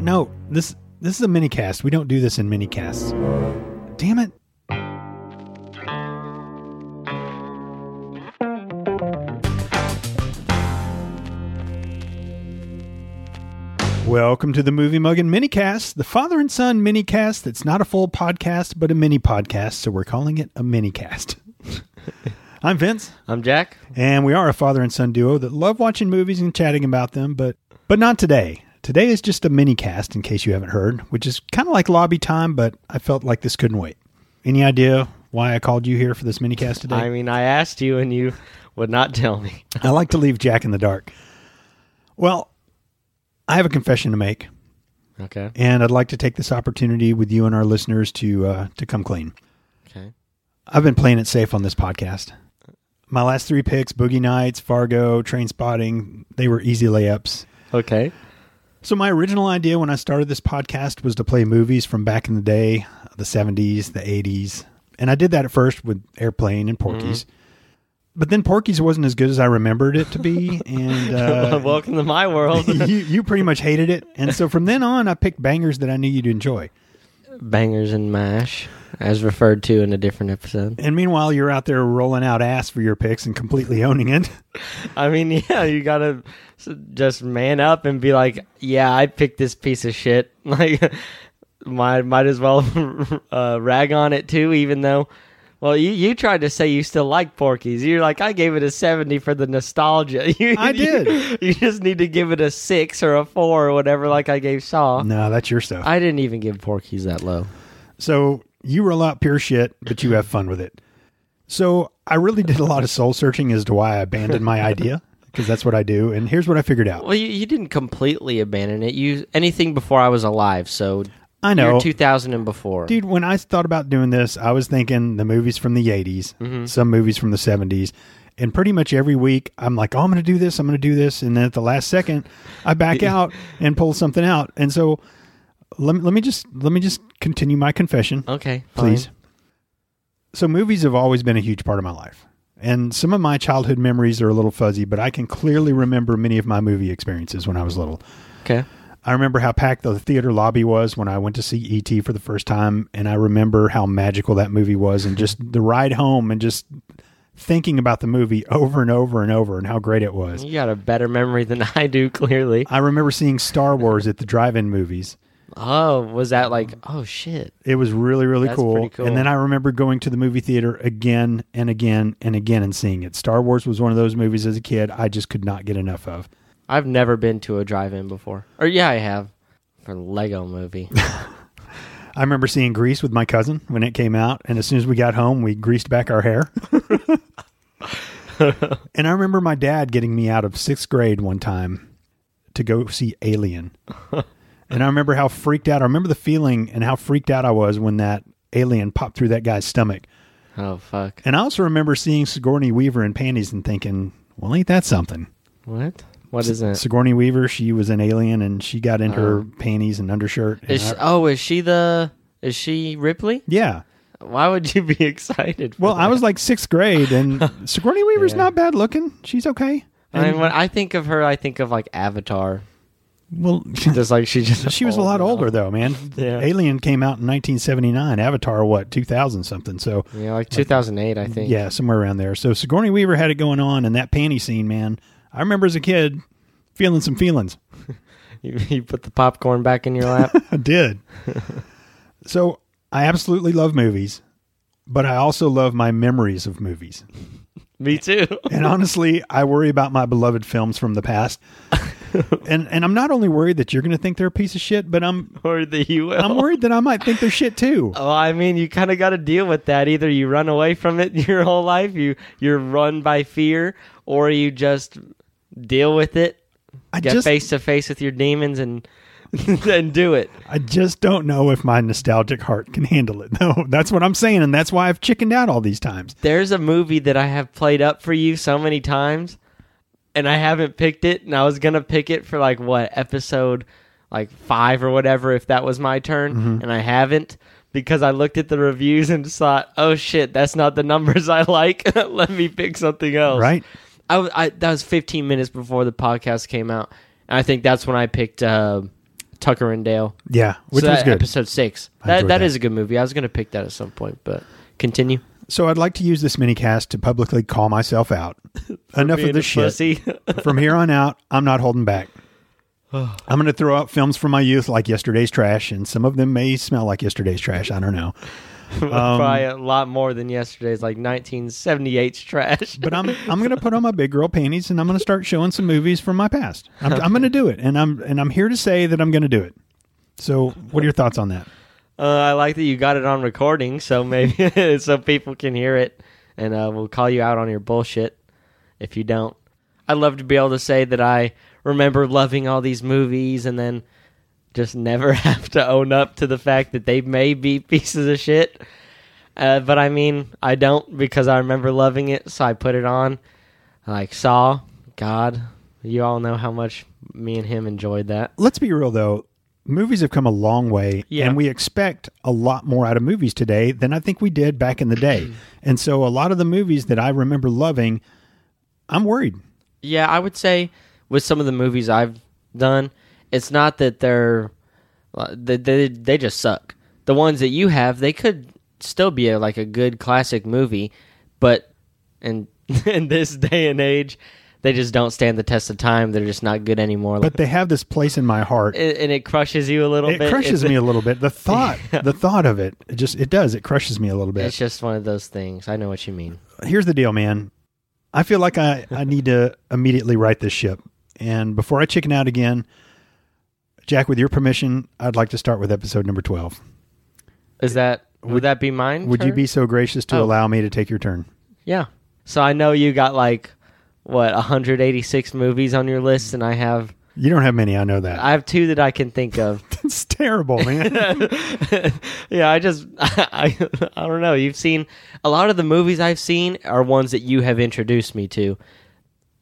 No, this this is a mini cast. We don't do this in mini casts. Damn it. Welcome to the Movie Muggin Minicast, the father and son minicast that's not a full podcast, but a mini podcast, so we're calling it a minicast. I'm Vince. I'm Jack. And we are a father and son duo that love watching movies and chatting about them, but but not today. Today is just a mini cast in case you haven't heard, which is kind of like lobby time, but I felt like this couldn't wait. Any idea why I called you here for this mini cast today? I mean, I asked you and you would not tell me. I like to leave Jack in the dark. Well, I have a confession to make, Okay. and I'd like to take this opportunity with you and our listeners to uh, to come clean. Okay. I've been playing it safe on this podcast. My last three picks, Boogie Nights, Fargo, Train Spotting, they were easy layups. Okay. So my original idea when I started this podcast was to play movies from back in the day, the 70s, the 80s. And I did that at first with Airplane and Porky's. But then Porky's wasn't as good as I remembered it to be and uh, Welcome to my world. you you pretty much hated it. And so from then on I picked bangers that I knew you'd enjoy. Bangers and mash, as referred to in a different episode. And meanwhile you're out there rolling out ass for your picks and completely owning it. I mean, yeah, you gotta s- just man up and be like, yeah, I picked this piece of shit. Like, might might as well uh, rag on it too, even though. Well, you, you tried to say you still like Porky's. You're like, I gave it a 70 for the nostalgia. You, I did. You, just need to give it a 6 or a 4 or whatever, like I gave Saw. no, that's your stuff. I didn't even give Porky's that low. So you roll out pure shit, but you have fun with it. So I really did a lot of soul searching as to why I abandoned my idea because that's what I do. And here's what I figured out. Well, you, you didn't completely abandon it. You anything before I was alive, so I know, two thousand and before. dude. When I thought about doing this, I was thinking the movies from the '80s, some movies from the '70s, and pretty much every week I'm like, "Oh, I'm going to do this. I'm going to do this," and then at the last second, I back out and pull something out. And so let me let me just let me just continue my confession. okay, please. fine. So movies have always been a huge part of my life. And some of my childhood memories are a little fuzzy, but I can clearly remember many of my movie experiences when I was little. Okay, I remember how packed the theater lobby was when I went to see E.T. for the first time, and I remember how magical that movie was and just the ride home and just thinking about the movie over and over and over and how great it was. you got a better memory than I do. Clearly. I remember seeing Star Wars at the drive-in movies. Oh, was that like? Um, Oh shit. It was really, really That's cool. pretty cool. And then I remember going to the movie theater again and again and again and seeing it. Star Wars was one of those movies as a kid I just could not get enough of. I've never been to a drive-in before. Or yeah, I have for the Lego Movie. I remember seeing Grease with my cousin when it came out. And as soon as we got home, we greased back our hair. and I remember my dad getting me out of sixth grade one time to go see Alien. and I remember how freaked out, I remember the feeling and how freaked out I was when that alien popped through that guy's stomach. oh fuck. And I also remember seeing Sigourney Weaver in panties and thinking, well, ain't that something? What? What is it? Sigourney Weaver, she was an alien and she got in her panties and undershirt. and Is I- she, oh, is she the? Is she Ripley? yeah. Why would you be excited? For Well, that? I was like sixth grade and Sigourney Weaver's Yeah. not bad looking. She's okay. I mean, when I think of her, I think of like Avatar. Well, Just like she just she was a lot now. older though, man. Yeah. Alien came out in 1979. Avatar, what, 2000 something. So, Yeah, like 2008, I think. yeah, somewhere around there. So Sigourney Weaver had it going on and that panty scene, man. I remember as a kid feeling some feelings. You, you put the popcorn back in your lap. I did. so I absolutely love movies, but I also love my memories of movies. Me too. And honestly, I worry about my beloved films from the past. and and I'm not only worried that you're going to think they're a piece of shit, but I'm or the you will. I'm worried that I might think they're shit too. well, I mean, you kind of got to deal with that. Either you run away from it your whole life, you you're run by fear, or you just deal with it, I get just face to face with your demons, and and do it. I just don't know if my nostalgic heart can handle it. though. that's what I'm saying, and that's why I've chickened out all these times. There's a movie that I have played up for you so many times, and I haven't picked it. And I was gonna pick it for like what episode, like five or whatever, if that was my turn, Mm-hmm. and I haven't because I looked at the reviews and just thought, oh shit, that's not the numbers I like. Let me pick something else. Right? I, was- I that was 15 minutes before the podcast came out, and I think that's when I picked uh, Tucker and Dale. Yeah, which so that was good. Episode six. I That, enjoyed that that. is a good movie. I was going to pick that at some point, but continue. So I'd like to use this mini cast to publicly call myself out. Enough Being of a this shit. pussy. From here on out, I'm not holding back. I'm going to throw out films from my youth like yesterday's trash, and some of them may smell like yesterday's trash. I don't know. Probably Um, a lot more than yesterday's, like 1978's trash. But I'm I'm going to put on my big girl panties and I'm going to start showing some movies from my past. I'm, I'm going to do it, and I'm and I'm here to say that I'm going to do it. So, what are your thoughts on that? Uh, I like that you got it on recording, so maybe so people can hear it, and uh, we'll call you out on your bullshit if you don't. I'd love to be able to say that I remember loving all these movies, and then just never have to own up to the fact that they may be pieces of shit. Uh, but I mean, I don't because I remember loving it, so I put it on. Like Saw, God, you all know how much me and him enjoyed that. Let's be real though. Movies have come a long way, Yeah. and we expect a lot more out of movies today than I think we did back in the day. and so, a lot of the movies that I remember loving, I'm worried. Yeah, I would say with some of the movies I've done, it's not that they're uh, they they, they just suck. The ones that you have, they could still be a, like a good classic movie, but in in this day and age, they just don't stand the test of time. They're just not good anymore. But they have this place in my heart. It, and and it crushes you a little bit. crushes It's- me a little bit. The thought, the thought of it, it just it does. It crushes me a little bit. It's just one of those things. I know what you mean. here's the deal, man. I feel like I, I need to immediately right this ship. And before I chicken out again, Jack, with your permission, I'd like to start with episode number 12. Is that would that be mine? Would you Kurt? be so gracious to Oh. allow me to take your turn? Yeah. So I know you got like what 186 movies on your list, and I have You don't have many, I know that. I have two that I can think of. That's terrible, man. yeah, I just I, I don't know. You've seen a lot of the movies I've seen are ones that you have introduced me to.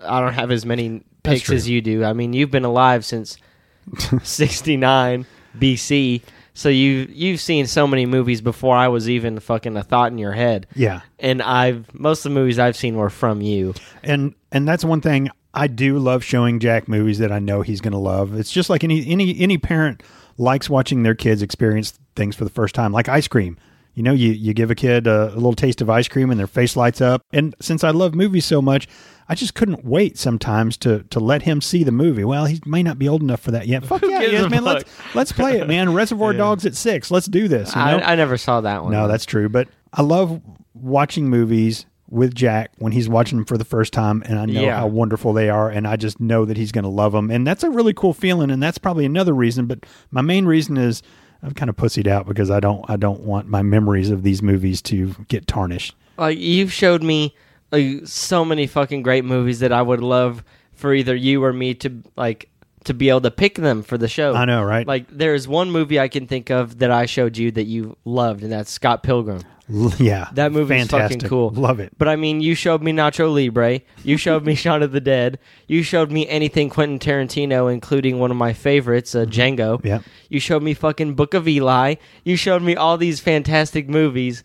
I don't have as many That's picks as you do. I mean, you've been alive since 69 BC, so you you've seen so many movies before I was even fucking a thought in your head. yeah. And I've most of the movies I've seen were from you. And and that's one thing I do love showing Jack movies that I know he's going to love. It's just like any any any parent likes watching their kids experience things for the first time, like ice cream. You know, you you give a kid a, a little taste of ice cream and their face lights up. And since I love movies so much, I just couldn't wait sometimes to to let him see the movie. Well, he may not be old enough for that yet. Fuck yeah, he gives is, a man. fuck? Let's let's play it, man. Reservoir Dogs at six. Let's do this. You know? I, I never saw that one. No, that's true. But I love watching movies with Jack when he's watching them for the first time, and I know Yeah. how wonderful they are, and I just know that he's going to love them, and that's a really cool feeling, and that's probably another reason. But my main reason is I'm kind of pussied out because I don't I don't want my memories of these movies to get tarnished. Like you've showed me like so many fucking great movies that I would love for either you or me to like to be able to pick them for the show. I know, right? Like there is one movie I can think of that I showed you that you loved, and that's Scott Pilgrim. L- yeah, That movie's fantastic. fucking cool. Love it. But I mean, you showed me Nacho Libre. You showed me Shaun of the Dead. You showed me anything Quentin Tarantino, including one of my favorites, uh, Django. Yeah. You showed me fucking Book of Eli. You showed me all these fantastic movies,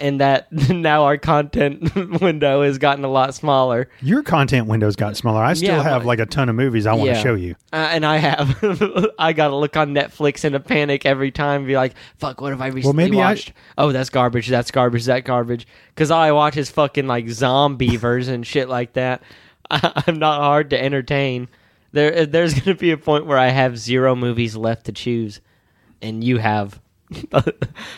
and that now our content window has gotten a lot smaller. Your content windows got smaller. I still Yeah, have my- like a ton of movies I want to Yeah. show you. Uh, and I have, I gotta look on Netflix in a panic every time, and be like, "Fuck, what have I recently maybe I- watched? oh, that's garbage, that's garbage, that garbage." Because all I watch is fucking like zombievers and shit like that. I, I'm not hard to entertain. There, uh, there's gonna be a point where I have zero movies left to choose, and you have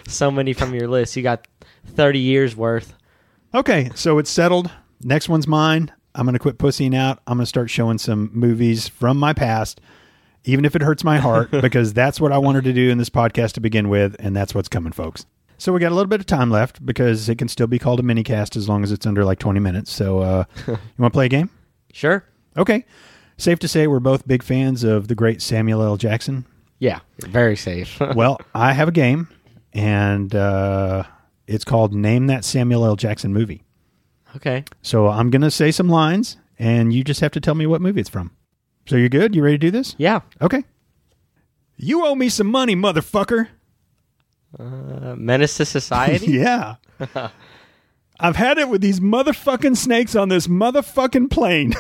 so many from your list. You got thirty years worth. Okay, so it's settled. Next one's mine. I'm going to quit pussying out. I'm going to start showing some movies from my past, even if it hurts my heart, because that's what I wanted to do in this podcast to begin with, and that's what's coming, folks. So we got a little bit of time left because it can still be called a mini cast as long as it's under like 20 minutes. So uh, you want to play a game? Sure. Okay. Safe to say we're both big fans of the great Samuel L. Jackson. Yeah. Very safe. Well, I have a game, and uh, it's called Name That Samuel L. Jackson Movie. okay. So I'm going to say some lines, and you just have to tell me what movie it's from. So you're good? You ready to do this? Yeah. Okay. You owe me some money, motherfucker. Uh, menace to society. yeah. I've had it with these motherfucking snakes on this motherfucking plane.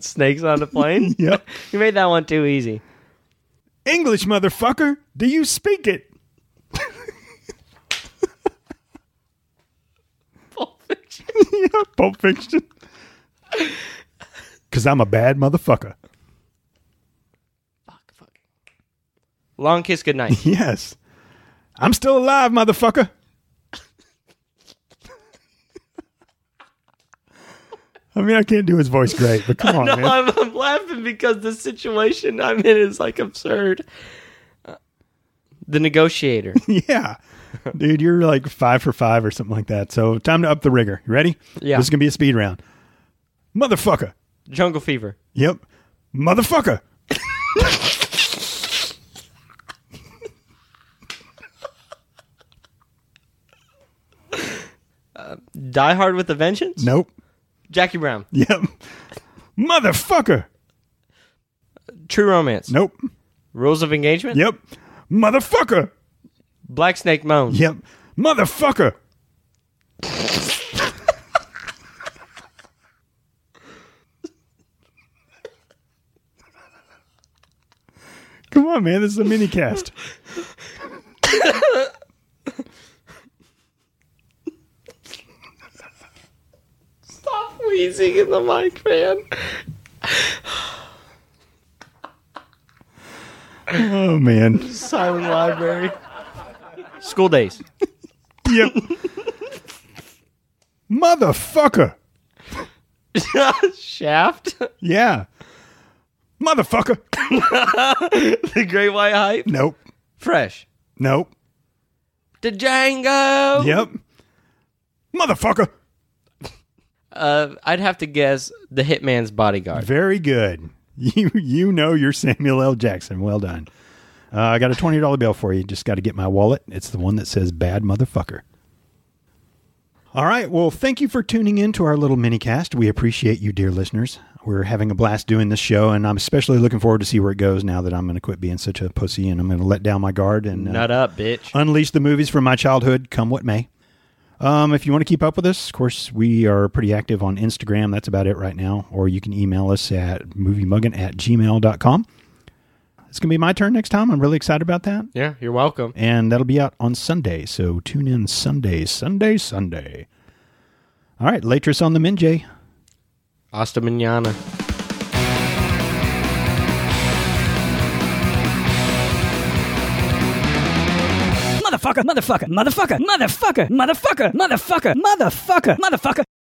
Snakes on a plane? Yep. you made that one too easy. English, motherfucker. Do you speak it? Pulp Fiction. yeah, Pulp Fiction. Because I'm a bad motherfucker. Fuck, fuck. Long kiss goodnight. Yes. I'm still alive, motherfucker. I mean, I can't do his voice great, but come on, no, man. I'm, I'm laughing because the situation I'm in is like absurd. Uh, The negotiator. Yeah. Dude, you're like five for five or something like that. So time to up the rigor. You ready? Yeah. This is gonna be a speed round. Motherfucker. Jungle fever. Yep. Motherfucker. Die Hard with a Vengeance. Nope. Jackie Brown. Yep. Motherfucker. True Romance. Nope. Rules of Engagement. Yep. Motherfucker. Black Snake Moan. Yep. Motherfucker. Come on, man. This is a mini cast. Stop wheezing in the mic, man. Oh, man. Silent Library. School Days. Yep. Motherfucker. Shaft. Yeah. Motherfucker. the Great White Hype. Nope. Fresh. Nope. The Django. Yep. Motherfucker. Uh, I'd have to guess The Hitman's Bodyguard. Very good. You you know you're Samuel L. Jackson. Well done. Uh, I got a twenty dollar bill for you. Just got to get my wallet. It's the one that says "bad motherfucker." All right. Well, thank you for tuning in to our little mini cast. We appreciate you, dear listeners. We're having a blast doing this show, and I'm especially looking forward to see where it goes. Now that I'm going to quit being such a pussy, and I'm going to let down my guard and uh, Nut up, bitch. Unleash the movies from my childhood, come what may. Um, if you want to keep up with us, of course, we are pretty active on Instagram. That's about it right now. Or you can email us at moviemuggin at gmail.com. It's going to be my turn next time. I'm really excited about that. Yeah, you're welcome. And that'll be out on Sunday. So tune in Sunday, Sunday, Sunday. All right, Latris on the Minjay. Asta Manana. motherfucker, motherfucker, motherfucker, motherfucker, motherfucker, motherfucker, motherfucker, motherfucker.